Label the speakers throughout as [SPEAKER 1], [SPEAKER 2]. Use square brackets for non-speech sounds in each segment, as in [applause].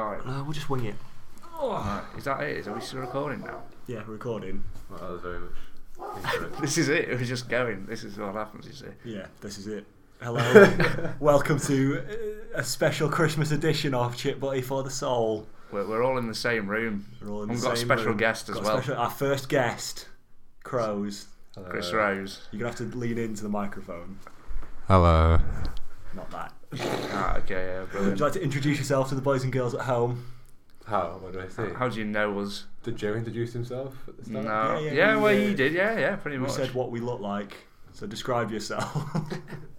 [SPEAKER 1] out.
[SPEAKER 2] Uh, we'll just wing it.
[SPEAKER 1] Right, is that it? Is are we still recording now? [laughs]
[SPEAKER 2] Yeah, recording.
[SPEAKER 3] Well, that was very much incorrect.
[SPEAKER 1] This is it. We're just going. This is what happens. You see.
[SPEAKER 2] Yeah, this is it. [laughs] Hello. Welcome to uh, a special Christmas edition of Chip Buddy for the Soul.
[SPEAKER 1] We're, we're all in the same room.
[SPEAKER 2] We're all in
[SPEAKER 1] We've
[SPEAKER 2] the
[SPEAKER 1] got a
[SPEAKER 2] same
[SPEAKER 1] special
[SPEAKER 2] room.
[SPEAKER 1] guest as
[SPEAKER 2] Got a
[SPEAKER 1] well.
[SPEAKER 2] special- our first guest, Crows.
[SPEAKER 1] Chris
[SPEAKER 3] Uh,
[SPEAKER 1] Rose.
[SPEAKER 2] You're going to have to lean into the microphone.
[SPEAKER 4] Hello.
[SPEAKER 2] Not that.
[SPEAKER 1] Ah, okay, yeah,
[SPEAKER 2] Would you
[SPEAKER 1] brilliant.
[SPEAKER 2] like to introduce yourself to the boys and girls at home?
[SPEAKER 3] How? What do I say?
[SPEAKER 1] How do you know us?
[SPEAKER 3] Did Joe introduce himself at the
[SPEAKER 1] No.
[SPEAKER 3] start?
[SPEAKER 1] Yeah,
[SPEAKER 2] yeah, we,
[SPEAKER 1] well,
[SPEAKER 2] uh,
[SPEAKER 1] you did. Yeah, yeah, pretty
[SPEAKER 2] We
[SPEAKER 1] much.
[SPEAKER 2] said what we look like, so describe yourself.
[SPEAKER 1] [laughs]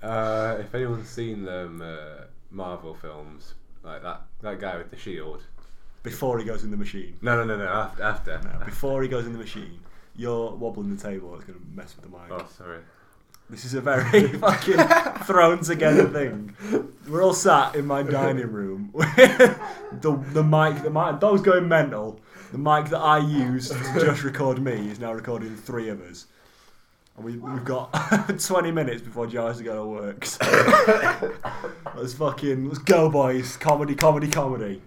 [SPEAKER 3] Uh, if anyone's seen them uh, Marvel films, like that that guy with the shield.
[SPEAKER 2] before he goes in the
[SPEAKER 1] [laughs]
[SPEAKER 2] machine.
[SPEAKER 3] No, no, no, no. After, after.
[SPEAKER 2] No, before he goes in the machine. You're wobbling the table. It's going to mess with the mic.
[SPEAKER 3] Oh, sorry.
[SPEAKER 2] This is a very [laughs] fucking thrown together thing. We're all sat in my dining room. the the mic, the mic, that was going mental. The mic that I used to just record me is now recording three of us. And we, we've got [laughs] 20 minutes before Joe has to go to work. So [laughs] let's fucking, let's go, boys. Comedy, comedy, comedy.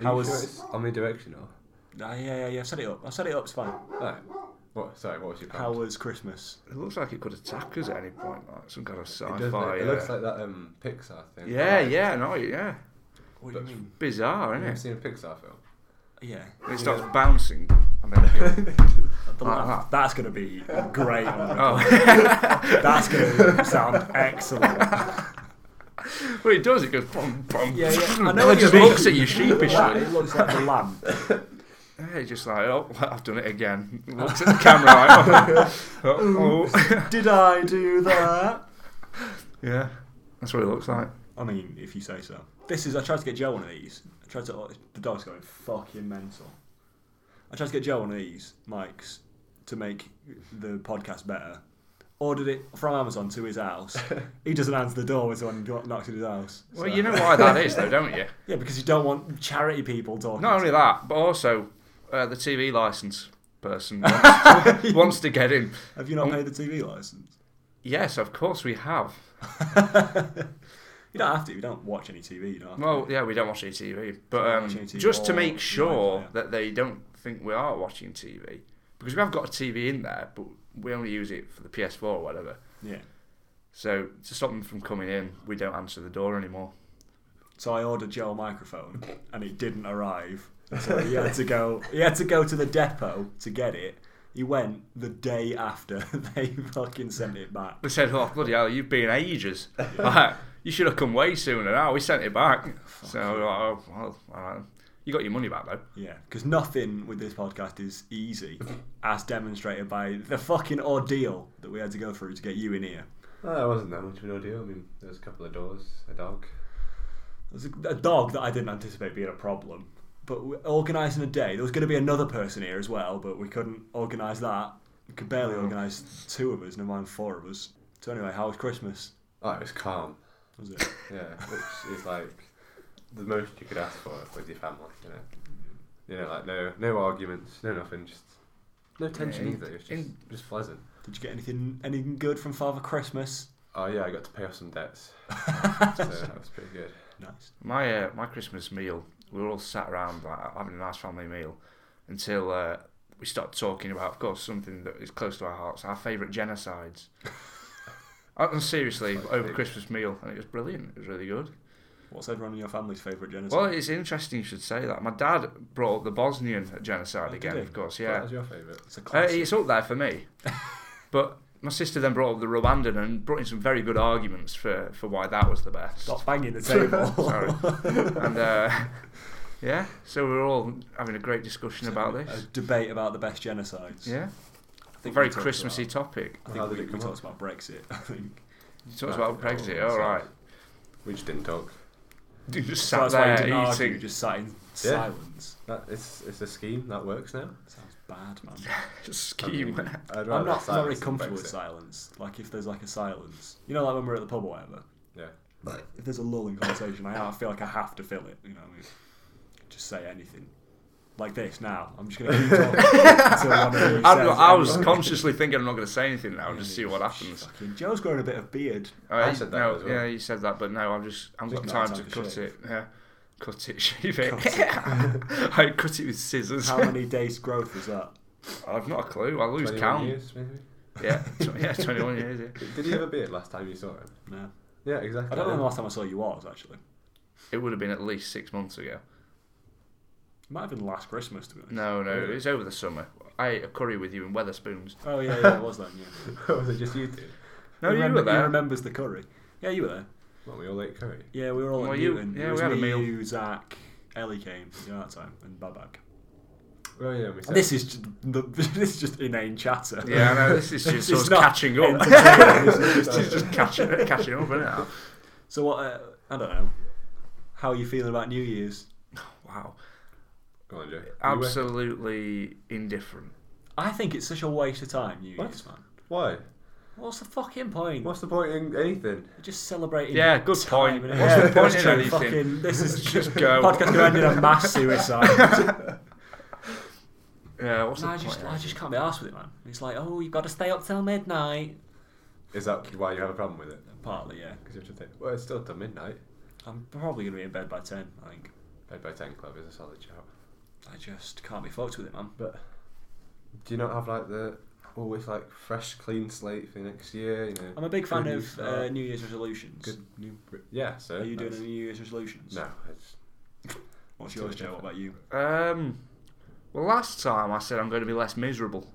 [SPEAKER 3] Are
[SPEAKER 2] How
[SPEAKER 3] you
[SPEAKER 2] was-
[SPEAKER 3] sure it's omnidirectional?
[SPEAKER 2] Ah, yeah, yeah, yeah. Set it up. I'll set it up. It's fine.
[SPEAKER 3] Right. What? Sorry. What was your plan?
[SPEAKER 2] How was Christmas?
[SPEAKER 1] It looks like it could attack us at any point, like some kind of
[SPEAKER 3] it, does,
[SPEAKER 1] sci-fi.
[SPEAKER 3] it
[SPEAKER 1] yeah.
[SPEAKER 3] looks like that um, Pixar thing.
[SPEAKER 1] yeah,
[SPEAKER 3] Like,
[SPEAKER 1] yeah, no, yeah.
[SPEAKER 2] What do you
[SPEAKER 3] But-
[SPEAKER 2] mean?
[SPEAKER 1] Bizarre,
[SPEAKER 3] Have you
[SPEAKER 1] isn't
[SPEAKER 3] ever
[SPEAKER 1] it?
[SPEAKER 3] seen a Pixar film?
[SPEAKER 2] Yeah.
[SPEAKER 1] And it starts bouncing. And
[SPEAKER 2] [laughs]
[SPEAKER 1] then
[SPEAKER 2] The laugh. That's going to be great. on record.
[SPEAKER 1] oh, [laughs]
[SPEAKER 2] That's going to sound excellent.
[SPEAKER 1] well, it does. It goes bum bum.
[SPEAKER 2] Yeah,
[SPEAKER 1] [laughs]
[SPEAKER 2] yeah. I know
[SPEAKER 1] And
[SPEAKER 2] what
[SPEAKER 1] it
[SPEAKER 2] you
[SPEAKER 1] just
[SPEAKER 2] mean.
[SPEAKER 1] looks at you sheepishly.
[SPEAKER 2] It looks like the lamp.
[SPEAKER 1] Yeah, he's just like, oh, I've done it again. Looks at the camera like, oh, oh.
[SPEAKER 2] Did I do that?
[SPEAKER 1] yeah, that's what it looks like.
[SPEAKER 2] I mean, if you say so. This is. I tried to get Joe one of these. I tried to. oh, The dog's going fucking mental. I tried to get Joe one of these mics to make the podcast better. Ordered it from Amazon to his [laughs] house. he doesn't answer the door when someone kno- knocks at his house.
[SPEAKER 1] Well, you know why that is, though, don't
[SPEAKER 2] [laughs]
[SPEAKER 1] you?
[SPEAKER 2] Yeah, because you don't want charity people talking.
[SPEAKER 1] Not only that, but also uh, the TV license
[SPEAKER 2] [laughs]
[SPEAKER 1] person wants to, wants to get in.
[SPEAKER 2] Have you not paid the TV license?
[SPEAKER 1] Yes, of course we have.
[SPEAKER 2] You don't have to. You don't watch any TV. You don't. Have to.
[SPEAKER 1] Well, yeah, we don't watch any TV, but
[SPEAKER 2] Don't watch
[SPEAKER 1] um,
[SPEAKER 2] any TV
[SPEAKER 1] just to
[SPEAKER 2] or
[SPEAKER 1] make
[SPEAKER 2] online
[SPEAKER 1] sure
[SPEAKER 2] player.
[SPEAKER 1] that they don't think we are watching TV, because we have got a TV in there, but we only use it for the PS4 or whatever.
[SPEAKER 2] Yeah.
[SPEAKER 1] So to stop them from coming in, we don't answer the door anymore.
[SPEAKER 2] So I ordered Joe a microphone, and it didn't arrive. So he had to go. He had to go to the depot to get it. He went the day after [laughs] they fucking sent it back.
[SPEAKER 1] They said, "Oh bloody hell, you've been
[SPEAKER 2] [laughs]
[SPEAKER 1] ages. Like, you should have come way sooner." Now we sent it back. so we're like, oh, well, all right. you got your money back though.
[SPEAKER 2] Yeah, because nothing with this podcast is easy, as demonstrated by the fucking ordeal that we had to go through to get you in here.
[SPEAKER 3] Oh, that wasn't that much of an ordeal. I mean, there was a couple of doors, a dog.
[SPEAKER 2] There's a, a dog that I didn't anticipate being a problem, but we- organising a day. There was going to be another person here as well, but we couldn't organise that. We could barely organise two of us, never mind four of us. So anyway, how was Christmas?
[SPEAKER 3] Oh, it was calm.
[SPEAKER 2] Was it?
[SPEAKER 3] Yeah, which is like the most you could ask for with your family, you know. You know, like no, no arguments, no nothing, just no tension
[SPEAKER 1] in-
[SPEAKER 3] either. It's just,
[SPEAKER 1] in-
[SPEAKER 3] just pleasant.
[SPEAKER 2] Did you get anything anything good from Father Christmas?
[SPEAKER 3] Oh yeah, I got to pay off some [laughs] debts, so that was pretty good.
[SPEAKER 2] Nice.
[SPEAKER 1] My uh, my Christmas meal, we were all sat around like, having a nice family meal until uh, we started talking about, of course, something that is close to our hearts, our favourite
[SPEAKER 2] [laughs]
[SPEAKER 1] genocides. Uh, And seriously, over Christmas meal, and it was brilliant. It was really good.
[SPEAKER 2] What's everyone in your family's favourite genocide?
[SPEAKER 1] Well, it's interesting you should say that. My dad brought up the Bosnian genocide
[SPEAKER 2] Oh, did
[SPEAKER 1] again,
[SPEAKER 2] he?
[SPEAKER 1] of course.
[SPEAKER 3] What
[SPEAKER 1] Yeah,
[SPEAKER 3] was your favourite?
[SPEAKER 2] it's a
[SPEAKER 1] Uh,
[SPEAKER 2] classic.
[SPEAKER 1] it's up there for
[SPEAKER 2] [laughs]
[SPEAKER 1] me. but my sister then brought up the Rwandan and brought in some very good arguments for, for why that was the best. [laughs]
[SPEAKER 2] Stop banging the table.
[SPEAKER 1] Sorry.
[SPEAKER 2] [laughs]
[SPEAKER 1] and uh, yeah, so we were all having a great discussion about
[SPEAKER 2] [laughs] a
[SPEAKER 1] this.
[SPEAKER 2] debate about the best genocides.
[SPEAKER 1] Yeah,
[SPEAKER 2] I
[SPEAKER 1] a
[SPEAKER 2] think
[SPEAKER 1] very
[SPEAKER 2] uh, we talked
[SPEAKER 1] Christmassy
[SPEAKER 2] about-
[SPEAKER 1] topic.
[SPEAKER 2] I
[SPEAKER 3] How
[SPEAKER 2] think
[SPEAKER 3] did
[SPEAKER 2] we,
[SPEAKER 3] it
[SPEAKER 2] we
[SPEAKER 3] come
[SPEAKER 2] talked about Brexit. I think
[SPEAKER 1] You talked about
[SPEAKER 3] Right,
[SPEAKER 1] Brexit.
[SPEAKER 3] yeah,
[SPEAKER 1] All right,
[SPEAKER 3] We just didn't talk.
[SPEAKER 1] you just
[SPEAKER 2] So
[SPEAKER 1] sat
[SPEAKER 2] Oh, that's why you
[SPEAKER 1] there
[SPEAKER 2] didn't
[SPEAKER 1] eating.
[SPEAKER 2] argue. You just sat in silence.
[SPEAKER 3] That it's it's a scheme that works now.
[SPEAKER 2] Sounds bad, man.
[SPEAKER 1] [laughs] just scheme.
[SPEAKER 3] I'd rather
[SPEAKER 2] I'm not, I'm not
[SPEAKER 3] silence
[SPEAKER 2] very
[SPEAKER 3] than
[SPEAKER 2] comfortable
[SPEAKER 3] Brexit.
[SPEAKER 2] with silence. Like if there's like a silence, you know, like when we're at the pub or whatever.
[SPEAKER 3] Yeah.
[SPEAKER 2] If there's a lull in conversation, I, I feel like I have to fill it. You know, what I mean? just say anything. Like this now. I'm just gonna keep talking until one of you
[SPEAKER 1] I'm not-
[SPEAKER 2] says
[SPEAKER 1] I was
[SPEAKER 2] anything.
[SPEAKER 1] consciously thinking I'm not going to say anything now. Just see what happens.
[SPEAKER 2] Fucking Joe's growing a bit of beard.
[SPEAKER 1] [laughs] Uh,
[SPEAKER 3] I said that
[SPEAKER 1] no,
[SPEAKER 3] as well.
[SPEAKER 1] Yeah, you said that, but no, I'm just I've
[SPEAKER 2] Just
[SPEAKER 1] got
[SPEAKER 2] not
[SPEAKER 1] time
[SPEAKER 2] time
[SPEAKER 1] to
[SPEAKER 2] to
[SPEAKER 1] cut
[SPEAKER 2] shave.
[SPEAKER 1] it. Yeah. Cut it, [laughs] shave it. [laughs]
[SPEAKER 2] Cut
[SPEAKER 1] I cut it with scissors.
[SPEAKER 2] How many days' growth was that?
[SPEAKER 1] [laughs] I've not a clue. I lose
[SPEAKER 3] 21
[SPEAKER 1] count.
[SPEAKER 3] years, maybe.
[SPEAKER 1] Yeah, tw- yeah, 21 years. Yeah.
[SPEAKER 3] Did he have a beard last time you saw him?
[SPEAKER 2] No.
[SPEAKER 3] Yeah, exactly.
[SPEAKER 2] I don't know
[SPEAKER 3] [laughs]
[SPEAKER 2] when the last time I saw you was, actually.
[SPEAKER 1] It would have been at least six months ago.
[SPEAKER 2] It might have been last Christmas, to be honest.
[SPEAKER 1] No, no, it
[SPEAKER 3] Really?
[SPEAKER 1] was over the summer. I ate a curry with you in Weatherspoons.
[SPEAKER 2] Oh, yeah, yeah, it was then, yeah.
[SPEAKER 3] was it just you two?
[SPEAKER 1] [laughs] No,
[SPEAKER 2] he
[SPEAKER 1] you
[SPEAKER 2] remember-
[SPEAKER 1] were
[SPEAKER 2] He
[SPEAKER 1] there.
[SPEAKER 2] remembers the curry. Yeah, you were there.
[SPEAKER 3] Well, we all ate curry.
[SPEAKER 2] Yeah, we were all
[SPEAKER 1] Well,
[SPEAKER 2] at
[SPEAKER 1] you-
[SPEAKER 2] Newton.
[SPEAKER 1] yeah,
[SPEAKER 2] it was
[SPEAKER 1] we had a
[SPEAKER 2] me,
[SPEAKER 1] meal.
[SPEAKER 2] you, Zach, Ellie came, you know, that time, and Babak.
[SPEAKER 3] Oh yeah, we said.
[SPEAKER 2] This is just [laughs] the, this is just inane chatter.
[SPEAKER 1] Yeah, I know. This is just
[SPEAKER 2] is
[SPEAKER 1] us
[SPEAKER 2] not
[SPEAKER 1] catching up. [laughs]
[SPEAKER 2] entertaining,
[SPEAKER 1] this
[SPEAKER 2] this
[SPEAKER 1] is
[SPEAKER 2] is
[SPEAKER 1] just, catching, catching up, isn't it? [laughs]
[SPEAKER 2] So what? Uh, I don't know. How are you feeling about New Year's?
[SPEAKER 1] Wow.
[SPEAKER 3] Go on, Joe. You were-
[SPEAKER 1] Absolutely indifferent.
[SPEAKER 2] I think it's such a waste of time, New
[SPEAKER 3] What?
[SPEAKER 2] Year's, man.
[SPEAKER 3] Why?
[SPEAKER 2] What's the fucking point?
[SPEAKER 3] What's the point in anything?
[SPEAKER 2] You're just celebrating.
[SPEAKER 1] Yeah, good
[SPEAKER 2] time
[SPEAKER 1] point.
[SPEAKER 2] and-
[SPEAKER 1] What's
[SPEAKER 2] Yeah,
[SPEAKER 1] the point in
[SPEAKER 2] just
[SPEAKER 1] anything?
[SPEAKER 2] Fucking, this is
[SPEAKER 1] Let's just go.
[SPEAKER 2] Podcast going to end in a mass suicide.
[SPEAKER 1] [laughs] Yeah, what's
[SPEAKER 2] No,
[SPEAKER 1] the
[SPEAKER 2] I just,
[SPEAKER 1] point?
[SPEAKER 2] I just can't be arsed with it, man. It's like, oh, you've got to stay up till midnight.
[SPEAKER 3] Is that why you have a problem with it?
[SPEAKER 2] Partly, yeah.
[SPEAKER 3] Because you have to think. Well, it's still till midnight.
[SPEAKER 2] I'm probably gonna be in bed by ten. I think.
[SPEAKER 3] Bed by ten club is a solid shout.
[SPEAKER 2] I just can't be fucked with it, man.
[SPEAKER 3] But do you not have like the always like fresh, clean slate for next year? You know.
[SPEAKER 2] I'm a big fan
[SPEAKER 3] Good new
[SPEAKER 2] of uh,
[SPEAKER 3] start.
[SPEAKER 2] New Year's resolutions.
[SPEAKER 3] Good new. Br- yeah. So.
[SPEAKER 2] Are you doing
[SPEAKER 3] that's-
[SPEAKER 2] any New Year's resolutions?
[SPEAKER 3] No. It's,
[SPEAKER 2] What's yours, Joe? What about you?
[SPEAKER 1] Um, well, last time I said I'm going to be less miserable.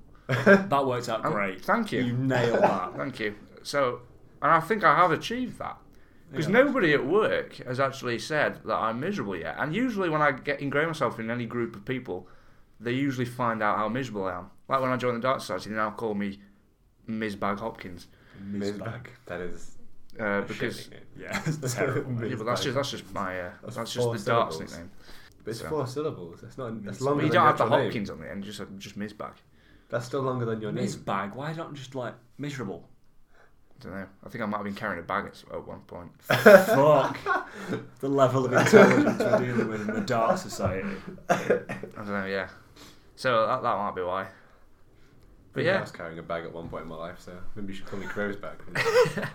[SPEAKER 2] That worked out
[SPEAKER 1] Um,
[SPEAKER 2] great.
[SPEAKER 1] thank you.
[SPEAKER 2] You nailed that.
[SPEAKER 1] Thank you. So, and I think I have achieved that. Because
[SPEAKER 2] Yeah.
[SPEAKER 1] nobody at work has actually said that I'm miserable yet. And usually, when I get ingrain myself in any group of people, they usually find out how miserable I am. Like when I joined the Dark Society, they now call me Ms. Bag Hopkins.
[SPEAKER 2] [laughs] Miss bag.
[SPEAKER 3] That is.
[SPEAKER 1] Uh,
[SPEAKER 3] a shit
[SPEAKER 1] because
[SPEAKER 3] nickname.
[SPEAKER 2] [laughs] Yeah, it's terrible.
[SPEAKER 1] yeah,
[SPEAKER 3] Ms.
[SPEAKER 1] but that's
[SPEAKER 3] Bag.
[SPEAKER 1] just that's just my uh, that's,
[SPEAKER 3] That's
[SPEAKER 1] just
[SPEAKER 3] four
[SPEAKER 1] the Dark's
[SPEAKER 3] syllables.
[SPEAKER 1] nickname.
[SPEAKER 3] But it's
[SPEAKER 1] so-
[SPEAKER 3] four syllables. It's not. It's
[SPEAKER 2] Miss-
[SPEAKER 1] But
[SPEAKER 3] longer.
[SPEAKER 1] you
[SPEAKER 3] than
[SPEAKER 1] don't have the
[SPEAKER 3] your actual name.
[SPEAKER 1] Hopkins on the end, just uh, just Ms. Bag.
[SPEAKER 3] That's still longer than your name.
[SPEAKER 2] Miss bag. Why not just like miserable?
[SPEAKER 1] I don't know. I think I might have been carrying a bag at, s- at one point.
[SPEAKER 2] [laughs] Fuck. [laughs] the level of intelligence we're dealing with in the dark society.
[SPEAKER 1] I don't know. Yeah. So that, that might be why.
[SPEAKER 3] I
[SPEAKER 1] But
[SPEAKER 3] think I
[SPEAKER 1] yeah,
[SPEAKER 3] was carrying a bag at one point in my life, so maybe you should
[SPEAKER 1] [laughs]
[SPEAKER 3] call me Crow's bag.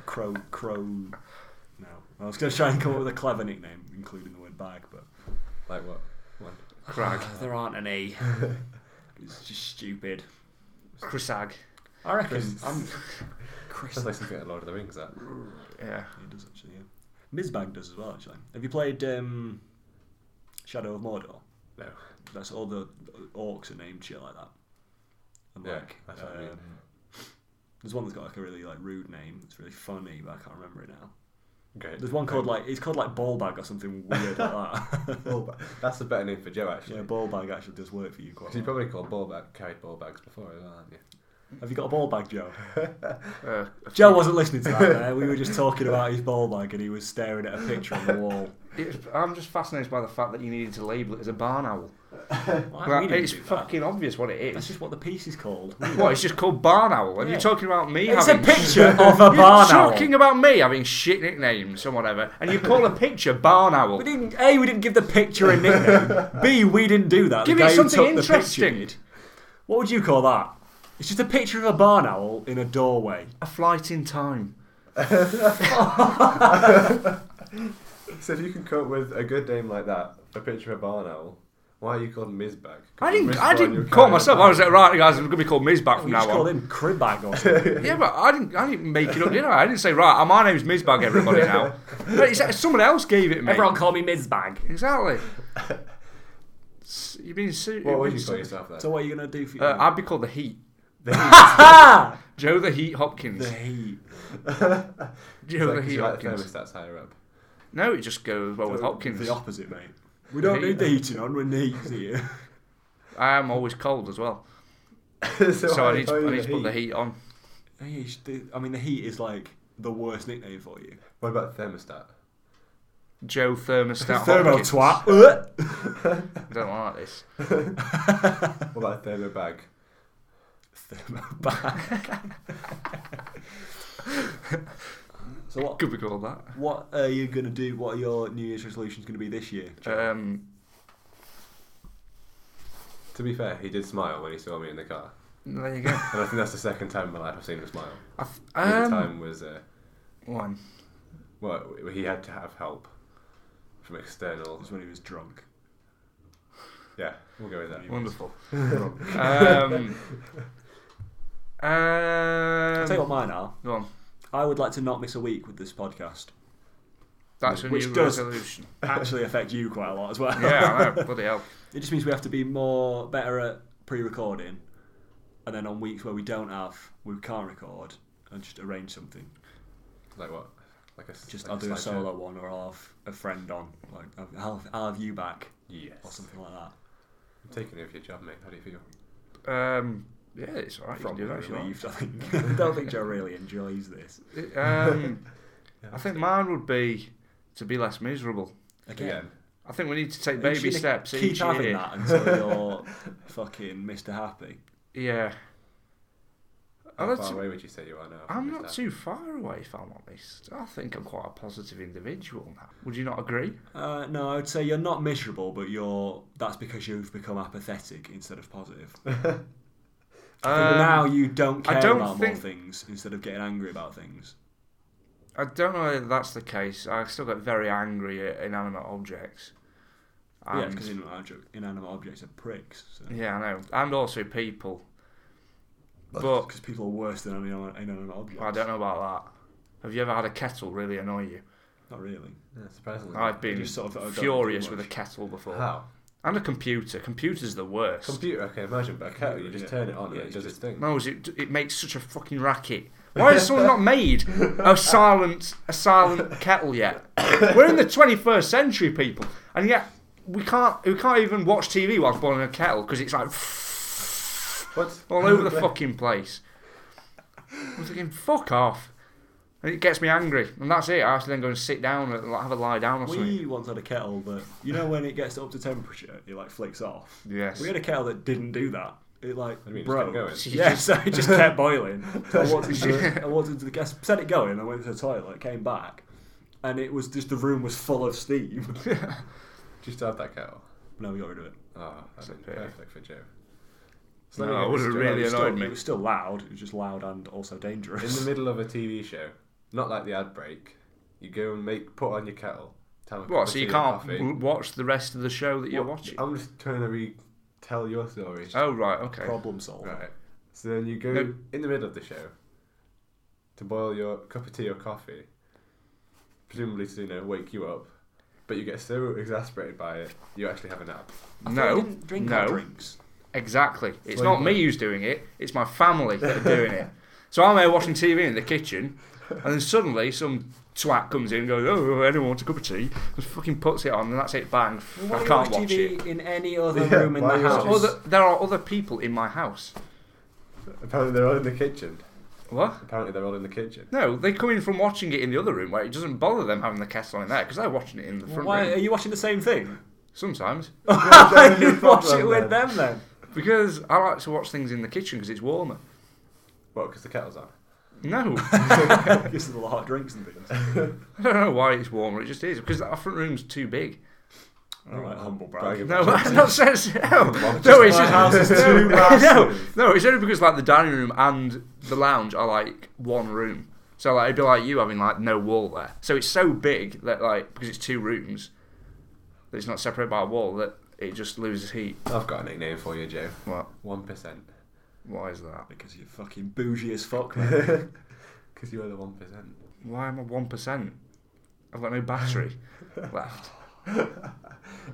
[SPEAKER 2] Crow, crow. No, I was going to try and come up with a clever nickname, including the word bag, but uh,
[SPEAKER 3] like what? One.
[SPEAKER 1] [sighs] Crag,
[SPEAKER 2] there aren't [laughs] any. It's just stupid.
[SPEAKER 1] Chrisag.
[SPEAKER 2] I reckon
[SPEAKER 3] Chris-
[SPEAKER 2] I'm. [laughs] Chris.
[SPEAKER 3] Sounds like something out of Lord of the Rings. That.
[SPEAKER 1] Yeah.
[SPEAKER 2] He does actually, yeah. Mizbag does as well, actually. Have you played um, Shadow of Mordor?
[SPEAKER 3] No.
[SPEAKER 2] That's all the orcs are named shit like that. And
[SPEAKER 3] Yeah,
[SPEAKER 2] like,
[SPEAKER 3] that's what I mean.
[SPEAKER 2] um, there's one that's got like a really like rude name. It's really funny, but I can't remember it now.
[SPEAKER 3] Great. [laughs]
[SPEAKER 2] There's one called like it's called like Ballbag or something weird like
[SPEAKER 3] [laughs]
[SPEAKER 2] that.
[SPEAKER 3] Ball bag. That's a better name for Joe, actually.
[SPEAKER 2] yeah, Ballbag actually does work for you quite.
[SPEAKER 3] 'Cause you [laughs]
[SPEAKER 2] well.
[SPEAKER 3] probably called ball bag, carried ball bags before as well, haven't you?
[SPEAKER 2] Have you got a ballbag, Joe?
[SPEAKER 1] Uh,
[SPEAKER 2] Joe wasn't listening
[SPEAKER 3] [laughs]
[SPEAKER 2] to that. There. We were just talking about his ballbag, and he was staring at a picture on the wall.
[SPEAKER 1] It's, I'm just fascinated by the fact that you needed to label it as a barn owl.
[SPEAKER 2] Why
[SPEAKER 1] Like,
[SPEAKER 2] we didn't
[SPEAKER 1] it's
[SPEAKER 2] do that?
[SPEAKER 1] fucking obvious what it
[SPEAKER 2] That's
[SPEAKER 1] is.
[SPEAKER 2] just what the piece is called.
[SPEAKER 1] What? It's just called barn owl. Are you
[SPEAKER 2] Yeah.
[SPEAKER 1] talking about me?
[SPEAKER 2] It's a
[SPEAKER 1] having [laughs]
[SPEAKER 2] picture of a barn
[SPEAKER 1] You're
[SPEAKER 2] owl.
[SPEAKER 1] talking about me having shit nicknames or whatever, and you call a picture barn owl.
[SPEAKER 2] We didn't. A, we didn't give the picture a nickname. B, we didn't do that. The
[SPEAKER 1] Give
[SPEAKER 2] guy
[SPEAKER 1] it
[SPEAKER 2] who
[SPEAKER 1] something
[SPEAKER 2] took the picture
[SPEAKER 1] interesting.
[SPEAKER 2] did. What would you call that? It's just a picture of a barn owl in a doorway.
[SPEAKER 1] A flight in time.
[SPEAKER 3] So if you can come up with a good name like that, a picture of a barn owl, why are you called Ms. Bag?
[SPEAKER 1] I didn't.
[SPEAKER 3] Miss
[SPEAKER 1] I
[SPEAKER 3] Bag, you're
[SPEAKER 1] didn't call
[SPEAKER 3] carrying a
[SPEAKER 1] myself. I
[SPEAKER 3] bag.
[SPEAKER 1] was like, right, guys, I'm gonna be called Ms. Back
[SPEAKER 2] We
[SPEAKER 1] from
[SPEAKER 2] just
[SPEAKER 1] now
[SPEAKER 2] call
[SPEAKER 1] on.
[SPEAKER 2] him crib bag
[SPEAKER 1] [laughs]
[SPEAKER 2] or something.
[SPEAKER 1] Yeah, but I didn't. I didn't make it up, did I? I didn't say right. My name's Ms. Bag, everybody now. No, it's, someone else gave it me.
[SPEAKER 2] Everyone call me Ms. Bag.
[SPEAKER 1] Exactly. S- You've been sued.
[SPEAKER 3] [laughs] What would you [laughs] call yourself then?
[SPEAKER 2] So what are you gonna do for you? [laughs]
[SPEAKER 1] Uh, I'd be called the Heat. [laughs]
[SPEAKER 2] ah!
[SPEAKER 1] Joe the Heat Hopkins. [laughs]
[SPEAKER 2] The heat.
[SPEAKER 1] Joe the
[SPEAKER 3] Like, 'cause
[SPEAKER 1] Heat
[SPEAKER 3] you like the
[SPEAKER 1] Hopkins.
[SPEAKER 3] thermostats higher [laughs] up.
[SPEAKER 1] no, it just goes well Oh, with Hopkins.
[SPEAKER 2] The opposite, mate. We don't
[SPEAKER 1] heat.
[SPEAKER 2] need the heating on when the
[SPEAKER 1] [laughs]
[SPEAKER 2] heat's here.
[SPEAKER 1] I am always cold as well,
[SPEAKER 3] so
[SPEAKER 1] so
[SPEAKER 3] why
[SPEAKER 1] I need,
[SPEAKER 3] are
[SPEAKER 1] to,
[SPEAKER 3] you
[SPEAKER 1] I need to put the heat on.
[SPEAKER 2] Yeah, you should do- I mean, the heat is like the worst nickname for you.
[SPEAKER 3] What about thermostat?
[SPEAKER 1] Joe thermostat.
[SPEAKER 2] [laughs] Thermo
[SPEAKER 1] Hopkins. [laughs]
[SPEAKER 2] twat. Uh. Ugh.
[SPEAKER 1] I don't like this.
[SPEAKER 3] What about thermo bag?
[SPEAKER 2] Thermo bag. [laughs] so what?
[SPEAKER 1] Could we call that?
[SPEAKER 2] What are you gonna do? What are your New Year's resolutions gonna be this year?
[SPEAKER 1] Um,
[SPEAKER 3] To be fair, he did smile when he saw me in the car,
[SPEAKER 1] there you
[SPEAKER 3] [laughs]
[SPEAKER 1] go.
[SPEAKER 3] and I think that's the second time in my life I've seen him smile.
[SPEAKER 1] I th-
[SPEAKER 3] The other
[SPEAKER 1] um,
[SPEAKER 3] time was uh,
[SPEAKER 1] one.
[SPEAKER 3] well, he had to have help from external.
[SPEAKER 2] was when he was drunk.
[SPEAKER 3] Yeah, we'll go with
[SPEAKER 2] [laughs]
[SPEAKER 3] that.
[SPEAKER 1] Wonderful. um, um,
[SPEAKER 2] I'll tell you what mine are.
[SPEAKER 1] Go on.
[SPEAKER 2] I would like to not miss a week with this podcast.
[SPEAKER 1] That's a
[SPEAKER 2] Which
[SPEAKER 1] new
[SPEAKER 2] does-
[SPEAKER 1] resolution.
[SPEAKER 2] Actually, affect you quite a lot as well.
[SPEAKER 1] yeah, I know. Bloody hell.
[SPEAKER 2] It just means we have to be more better at pre-recording, and then on weeks where we don't have, we can't record, and just arrange something.
[SPEAKER 3] Like what? Like a s-
[SPEAKER 2] Just
[SPEAKER 3] like
[SPEAKER 2] I'll do a
[SPEAKER 3] slideshow?
[SPEAKER 2] solo one, or I'll have a friend on. Like I'll- I'll, I'll have you back,
[SPEAKER 3] Yes.
[SPEAKER 2] or something like that.
[SPEAKER 3] I'm taking over your job, mate. How do you feel?
[SPEAKER 1] Um, yeah, it's alright. You can
[SPEAKER 2] From
[SPEAKER 1] do
[SPEAKER 2] you,
[SPEAKER 1] that if you
[SPEAKER 2] actually,
[SPEAKER 1] want.
[SPEAKER 2] you've done. [laughs] I don't think Joe really enjoys this.
[SPEAKER 1] It-
[SPEAKER 2] [laughs]
[SPEAKER 1] Um,
[SPEAKER 3] Yeah,
[SPEAKER 1] I think mine would be to be less miserable.
[SPEAKER 2] Again,
[SPEAKER 1] I think we need to take
[SPEAKER 2] You
[SPEAKER 1] baby
[SPEAKER 2] should
[SPEAKER 1] steps
[SPEAKER 2] Keep
[SPEAKER 1] each
[SPEAKER 2] having
[SPEAKER 1] year.
[SPEAKER 2] that until you're
[SPEAKER 1] [laughs]
[SPEAKER 2] fucking Mr. Happy.
[SPEAKER 1] Yeah.
[SPEAKER 3] How
[SPEAKER 1] I'd
[SPEAKER 3] far
[SPEAKER 1] to-
[SPEAKER 3] away would you say you are now? from
[SPEAKER 1] I'm
[SPEAKER 3] this
[SPEAKER 1] not
[SPEAKER 3] app?
[SPEAKER 1] too far away, if I'm honest. I think I'm quite a positive individual now. Would you not agree?
[SPEAKER 2] Uh, no, I'd say you're not miserable, but you're. That's because you've become apathetic instead of positive. I think
[SPEAKER 1] Um,
[SPEAKER 2] now you don't
[SPEAKER 1] I
[SPEAKER 2] care
[SPEAKER 1] don't
[SPEAKER 2] about
[SPEAKER 1] think-
[SPEAKER 2] more things instead of getting angry about things.
[SPEAKER 1] I don't know if that's the case. I still get very angry at inanimate objects.
[SPEAKER 2] Yeah, it's
[SPEAKER 1] And,
[SPEAKER 2] because inanimate, obje- inanimate objects are pricks. So.
[SPEAKER 1] yeah, I know. And also people. But
[SPEAKER 2] Because people are worse than inanimate, inanimate objects.
[SPEAKER 1] I don't know about that. Have you ever had a kettle really annoy you?
[SPEAKER 2] Not really.
[SPEAKER 3] Yeah, surprisingly.
[SPEAKER 1] I've been
[SPEAKER 2] just sort of, "Oh, don't do
[SPEAKER 1] furious
[SPEAKER 2] much."
[SPEAKER 1] with a kettle before.
[SPEAKER 3] How?
[SPEAKER 1] And a computer. Computer's the worst.
[SPEAKER 3] Computer, okay, imagine, but a kettle, you just
[SPEAKER 2] Yeah.
[SPEAKER 3] turn it on
[SPEAKER 2] Yeah,
[SPEAKER 3] and it
[SPEAKER 2] it's
[SPEAKER 3] does its
[SPEAKER 2] just-
[SPEAKER 3] thing. [laughs]
[SPEAKER 1] no, is it it makes such a fucking racket. Why has someone not made
[SPEAKER 2] [laughs]
[SPEAKER 1] a silent a silent kettle yet? We're in the 21st century, people, and yet we can't we can't even watch TV whilst boiling a kettle because it's like
[SPEAKER 3] What?
[SPEAKER 1] all
[SPEAKER 3] [laughs]
[SPEAKER 1] over the fucking place. I'm thinking, fuck off. And it gets me angry, and that's it. I have to then go and sit down and like, have a lie down or something.
[SPEAKER 2] We once had a kettle that you know when it gets up to temperature, it like flicks off.
[SPEAKER 1] Yes.
[SPEAKER 2] We had a kettle that didn't do that. It like
[SPEAKER 3] do you mean, it just
[SPEAKER 2] broke.
[SPEAKER 3] kept going?
[SPEAKER 1] She
[SPEAKER 2] Yeah,
[SPEAKER 1] just-
[SPEAKER 2] so it just [laughs] kept boiling. So I walked, into [laughs] the, I walked into the gas, set it going. I went to the toilet, came back, and it was just the room was full of steam. [laughs]
[SPEAKER 3] Do you still have that kettle?
[SPEAKER 2] no, we got rid of it.
[SPEAKER 3] Oh,
[SPEAKER 1] It's
[SPEAKER 3] that's
[SPEAKER 1] a
[SPEAKER 3] been
[SPEAKER 1] pity.
[SPEAKER 3] perfect for Joe.
[SPEAKER 1] No,
[SPEAKER 3] let me
[SPEAKER 1] I
[SPEAKER 3] get
[SPEAKER 1] would've
[SPEAKER 3] this straight.
[SPEAKER 1] really
[SPEAKER 2] it was
[SPEAKER 1] annoyed
[SPEAKER 2] still,
[SPEAKER 1] me.
[SPEAKER 2] It was still loud. It was just loud and also dangerous.
[SPEAKER 3] In the middle of a TV show, not like the ad break, you go and make put on your kettle. Have a cup
[SPEAKER 1] What?
[SPEAKER 3] of
[SPEAKER 1] So
[SPEAKER 3] tea
[SPEAKER 1] you
[SPEAKER 3] and
[SPEAKER 1] can't
[SPEAKER 3] coffee.
[SPEAKER 1] w- watch the rest of the show that you're
[SPEAKER 3] What- Oh,
[SPEAKER 1] watching?
[SPEAKER 3] I'm just trying to re tell your story.
[SPEAKER 1] Oh right, okay.
[SPEAKER 2] [laughs] Problem solved.
[SPEAKER 3] Right. So then you go
[SPEAKER 1] No.
[SPEAKER 3] in the middle of the show to boil your cup of tea or coffee, presumably to you know wake you up, but you get so exasperated by it you actually have a nap.
[SPEAKER 1] No,
[SPEAKER 2] didn't drink
[SPEAKER 1] no,
[SPEAKER 2] our drinks.
[SPEAKER 1] exactly. It's
[SPEAKER 3] Well,
[SPEAKER 1] not
[SPEAKER 3] you-
[SPEAKER 1] me who's doing it. It's my family that are doing it. [laughs] So I'm there watching TV in the kitchen, and then suddenly some twat comes in and goes, "Oh, anyone want a cup of tea?" Just fucking puts it on, and that's it. Bang! I can't watch it.
[SPEAKER 2] in any other
[SPEAKER 3] Yeah,
[SPEAKER 2] room in
[SPEAKER 3] why
[SPEAKER 2] the
[SPEAKER 3] are you
[SPEAKER 1] There's
[SPEAKER 2] house.
[SPEAKER 3] watching-
[SPEAKER 1] Other, there are other people in my house.
[SPEAKER 3] Apparently they're all in the kitchen.
[SPEAKER 1] What?
[SPEAKER 3] Apparently they're all in the kitchen.
[SPEAKER 1] No, they come in from watching it in the other room where it doesn't bother them having the kettle in there because they're watching it in the front
[SPEAKER 2] Why are
[SPEAKER 1] room.
[SPEAKER 2] you watching the same
[SPEAKER 3] [laughs]
[SPEAKER 2] thing?
[SPEAKER 1] Sometimes
[SPEAKER 2] you watch it with them
[SPEAKER 3] [laughs]
[SPEAKER 2] then.
[SPEAKER 1] because I like to watch things in the kitchen because it's warmer.
[SPEAKER 3] What? Because the kettle's on.
[SPEAKER 1] No. [laughs]
[SPEAKER 2] This is a lot of drinks and things.
[SPEAKER 3] Oh,
[SPEAKER 1] I don't know why it's warmer. It just is because our front room's too big.
[SPEAKER 2] All right, humble brag.
[SPEAKER 3] Brag
[SPEAKER 1] No, [laughs]
[SPEAKER 3] about
[SPEAKER 1] that's not sense. No, no, it's
[SPEAKER 2] Just my
[SPEAKER 1] just,
[SPEAKER 2] house
[SPEAKER 1] [laughs]
[SPEAKER 2] is
[SPEAKER 1] no, no,
[SPEAKER 2] too massive.
[SPEAKER 1] no, it's only because like the dining room and the lounge are like one room. So like it'd be like you having like no wall there. So it's so big that like because it's two rooms, that it's not separated by a wall that it just loses heat.
[SPEAKER 3] it. I've got a nickname for you, Joe.
[SPEAKER 1] What?
[SPEAKER 3] One percent. [laughs]
[SPEAKER 1] Why is that?
[SPEAKER 2] Because you're fucking bougie as fuck,
[SPEAKER 3] [laughs]
[SPEAKER 2] man.
[SPEAKER 3] Because you are the one percent. [laughs]
[SPEAKER 1] Why am I one percent? I've got no battery [laughs] left.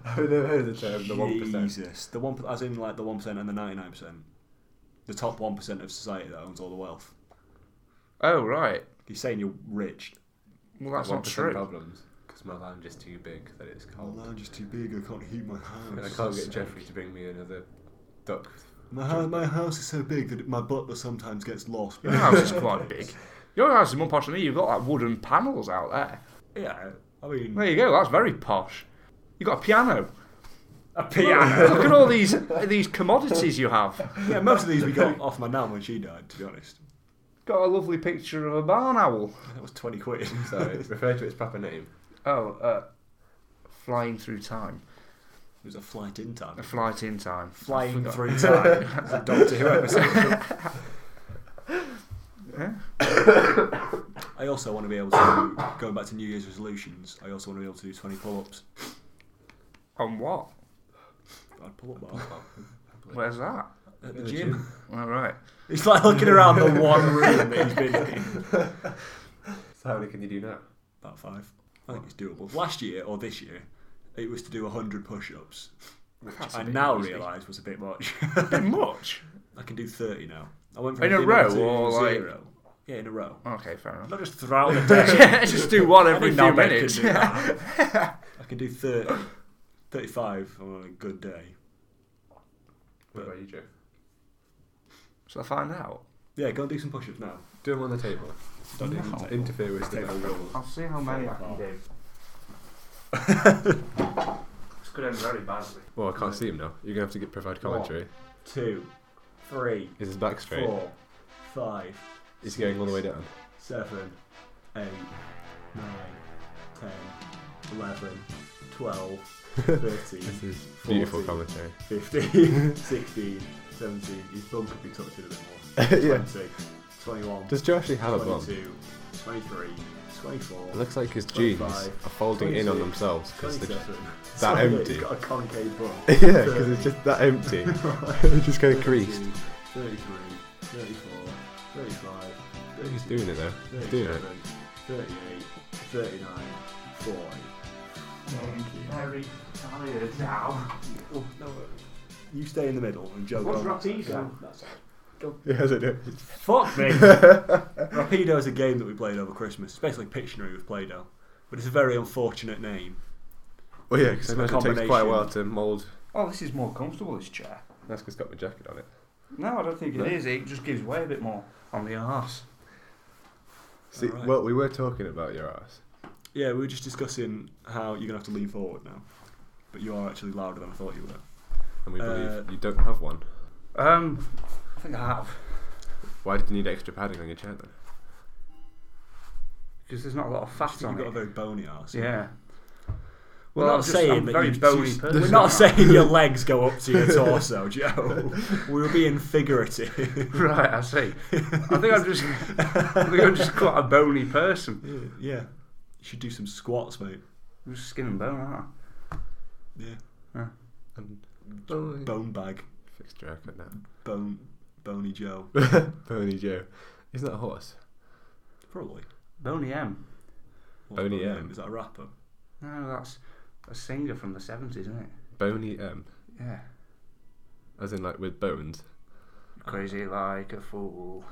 [SPEAKER 3] I've never heard the term the one percent.
[SPEAKER 2] Jesus, the one per- as in like the one percent and the ninety nine percent, the top one percent of society that owns all the wealth.
[SPEAKER 1] Oh right.
[SPEAKER 2] You're saying you're rich.
[SPEAKER 1] Well, that's not true.
[SPEAKER 3] Problems. Because my lounge is too big that it's
[SPEAKER 2] My
[SPEAKER 3] cold.
[SPEAKER 2] lounge is too big. I can't heat my
[SPEAKER 3] And I
[SPEAKER 2] house.
[SPEAKER 3] can't get Jeffrey to bring me another duck.
[SPEAKER 2] My house, my house is so big that it, my butler sometimes gets lost.
[SPEAKER 1] Your house is quite big. Your house is more posh than me. You've got like wooden panels out there.
[SPEAKER 2] [laughs] yeah, I mean,
[SPEAKER 1] There you go. That's very posh. You got a piano. [laughs]
[SPEAKER 2] a piano.
[SPEAKER 1] Look at all these these commodities you have.
[SPEAKER 2] yeah, most of these we [laughs] got off my nan when she died. To be honest,
[SPEAKER 1] Got a lovely picture of a barn owl.
[SPEAKER 2] that was twenty [laughs] quid.
[SPEAKER 3] [laughs] So refer to its proper name.
[SPEAKER 1] Oh, uh, flying through time,
[SPEAKER 2] It was a flight in time.
[SPEAKER 1] a flight in time, I
[SPEAKER 2] Flying
[SPEAKER 1] forgot.
[SPEAKER 2] through
[SPEAKER 1] [laughs]
[SPEAKER 2] time. It's a Doctor Who episode.
[SPEAKER 1] Yeah.
[SPEAKER 2] [coughs] I also want to be able to, going back to New Year's resolutions, I also want to be able to do 20 pull ups.
[SPEAKER 1] On what?
[SPEAKER 2] I'd pull up bar
[SPEAKER 1] Where's that?
[SPEAKER 2] at the
[SPEAKER 3] In the
[SPEAKER 2] gym.
[SPEAKER 1] All right.
[SPEAKER 2] [laughs] It's like looking
[SPEAKER 1] [laughs]
[SPEAKER 2] around the one room that he's been in.
[SPEAKER 3] So how many can you do now?
[SPEAKER 2] About five. I think it's doable. Last year or this year, it was to do 100 push ups, which
[SPEAKER 1] That's a
[SPEAKER 2] I
[SPEAKER 1] bit
[SPEAKER 2] now
[SPEAKER 1] easy.
[SPEAKER 2] realise was a bit much. [laughs]
[SPEAKER 1] A [laughs] bit much.
[SPEAKER 2] I can do 30 now. I went from
[SPEAKER 1] In a
[SPEAKER 2] zero
[SPEAKER 1] row
[SPEAKER 2] to
[SPEAKER 1] or, like-
[SPEAKER 2] zero. Yeah, in a row.
[SPEAKER 1] Okay, fair
[SPEAKER 2] [laughs]
[SPEAKER 1] enough. [laughs]
[SPEAKER 2] Not just throughout the day.
[SPEAKER 1] Yeah, Just do one every
[SPEAKER 2] Any
[SPEAKER 1] few
[SPEAKER 2] knobhead can
[SPEAKER 1] minutes. [laughs]
[SPEAKER 2] do that. [laughs] I can do 30, 35 on a good day.
[SPEAKER 3] What about you, Joe?
[SPEAKER 1] Shall I find out?
[SPEAKER 2] Yeah, go and do some push ups now.
[SPEAKER 3] Do them on the table. Don't
[SPEAKER 1] No.
[SPEAKER 2] Oh.
[SPEAKER 3] inter- interfere with the
[SPEAKER 2] Table.
[SPEAKER 3] goals.
[SPEAKER 1] I'll see how many
[SPEAKER 2] I can [laughs]
[SPEAKER 1] do. It's going to end very badly.
[SPEAKER 3] Well, I can't see him now. You're gonna have to get, provide commentary.
[SPEAKER 2] Two, three,
[SPEAKER 3] Is his back straight?
[SPEAKER 2] four, five,
[SPEAKER 3] He's going all the way down.
[SPEAKER 2] seven, eight, nine, ten, eleven, twelve,
[SPEAKER 3] This
[SPEAKER 2] thirteen,
[SPEAKER 3] is beautiful
[SPEAKER 2] Fourteen.
[SPEAKER 3] commentary.
[SPEAKER 2] fifteen, sixteen, seventeen. His bum could be tucked in a bit more.
[SPEAKER 3] [laughs] Yeah.
[SPEAKER 2] Twenty, twenty-one,
[SPEAKER 3] Does Joe actually have a bum?
[SPEAKER 2] twenty-two, twenty-three, twenty-four.
[SPEAKER 3] It looks like his jeans are
[SPEAKER 2] 25,
[SPEAKER 3] folding in on
[SPEAKER 2] 26,
[SPEAKER 3] themselves because
[SPEAKER 2] Twenty-seven.
[SPEAKER 3] that
[SPEAKER 2] Sorry,
[SPEAKER 3] empty.
[SPEAKER 2] He's got a concave bum.
[SPEAKER 3] [laughs]
[SPEAKER 2] [laughs]
[SPEAKER 3] yeah, because it's just that [laughs] empty. it's just kind of creased.
[SPEAKER 2] 33, 34, 35,
[SPEAKER 3] He's doing it though. He's doing it.
[SPEAKER 2] 38, 39, 40.
[SPEAKER 1] very tired now.
[SPEAKER 2] Oh, You stay in the middle and Joe
[SPEAKER 1] What's
[SPEAKER 2] goes-
[SPEAKER 1] Rapido?
[SPEAKER 2] Yeah, that's it.
[SPEAKER 3] He has it.
[SPEAKER 2] Fuck
[SPEAKER 1] [laughs]
[SPEAKER 2] me!
[SPEAKER 1] Oh,
[SPEAKER 2] Rapido is a game that we played over Christmas. It's basically Pictionary with Play Doh. But it's a very unfortunate name.
[SPEAKER 3] Well, yeah, because
[SPEAKER 2] It's
[SPEAKER 3] it
[SPEAKER 2] a
[SPEAKER 3] takes quite a
[SPEAKER 2] combination.
[SPEAKER 3] while to mould.
[SPEAKER 1] Oh, this is more comfortable, this chair.
[SPEAKER 3] That's because it's got my jacket on it.
[SPEAKER 1] No, I don't think
[SPEAKER 3] No.
[SPEAKER 1] it is. It just gives way a bit more on the arse.
[SPEAKER 3] See,
[SPEAKER 2] Alright.
[SPEAKER 3] well, we were talking about your ass.
[SPEAKER 2] Yeah, we were just discussing how you're going to have to lean forward now. But you are actually louder than I thought you were.
[SPEAKER 3] And we believe
[SPEAKER 2] Uh,
[SPEAKER 3] you don't have one.
[SPEAKER 1] Um, I think I have.
[SPEAKER 3] Why did you need extra padding on your chair then?
[SPEAKER 1] Because there's not a lot of
[SPEAKER 2] I
[SPEAKER 1] fat
[SPEAKER 2] think
[SPEAKER 1] on
[SPEAKER 2] you've got a
[SPEAKER 1] it.
[SPEAKER 2] very bony arse.
[SPEAKER 1] Yeah. [laughs] Well,
[SPEAKER 2] We're not
[SPEAKER 1] I'm just-
[SPEAKER 2] saying
[SPEAKER 1] I'm
[SPEAKER 2] that
[SPEAKER 1] very
[SPEAKER 2] you
[SPEAKER 1] bony
[SPEAKER 2] just-
[SPEAKER 1] person.
[SPEAKER 2] We're
[SPEAKER 1] [laughs]
[SPEAKER 2] not
[SPEAKER 1] Right.
[SPEAKER 2] saying your legs go up to your
[SPEAKER 1] [laughs]
[SPEAKER 2] torso, [laughs] Joe. We were being figurative.
[SPEAKER 1] Right, I see. I think I'm just, I think I'm just quite a bony person.
[SPEAKER 2] Yeah, yeah. You should do some squats, mate.
[SPEAKER 1] I'm just skin and bone, aren't
[SPEAKER 2] Yeah.
[SPEAKER 3] And
[SPEAKER 2] Bone bag,
[SPEAKER 3] fixed your haircut now.
[SPEAKER 2] bone, bony Joe.
[SPEAKER 3] [laughs] Bony Joe. Isn't that a horse?
[SPEAKER 2] Probably.
[SPEAKER 1] I? Bony M.
[SPEAKER 2] What's
[SPEAKER 3] Bony
[SPEAKER 2] Bony
[SPEAKER 3] M.
[SPEAKER 2] M? Is that a rapper?
[SPEAKER 1] No, that's a singer from the 70s, isn't it?
[SPEAKER 3] Bony M,
[SPEAKER 1] Yeah.
[SPEAKER 3] as in like with bones.
[SPEAKER 1] Crazy like a fool.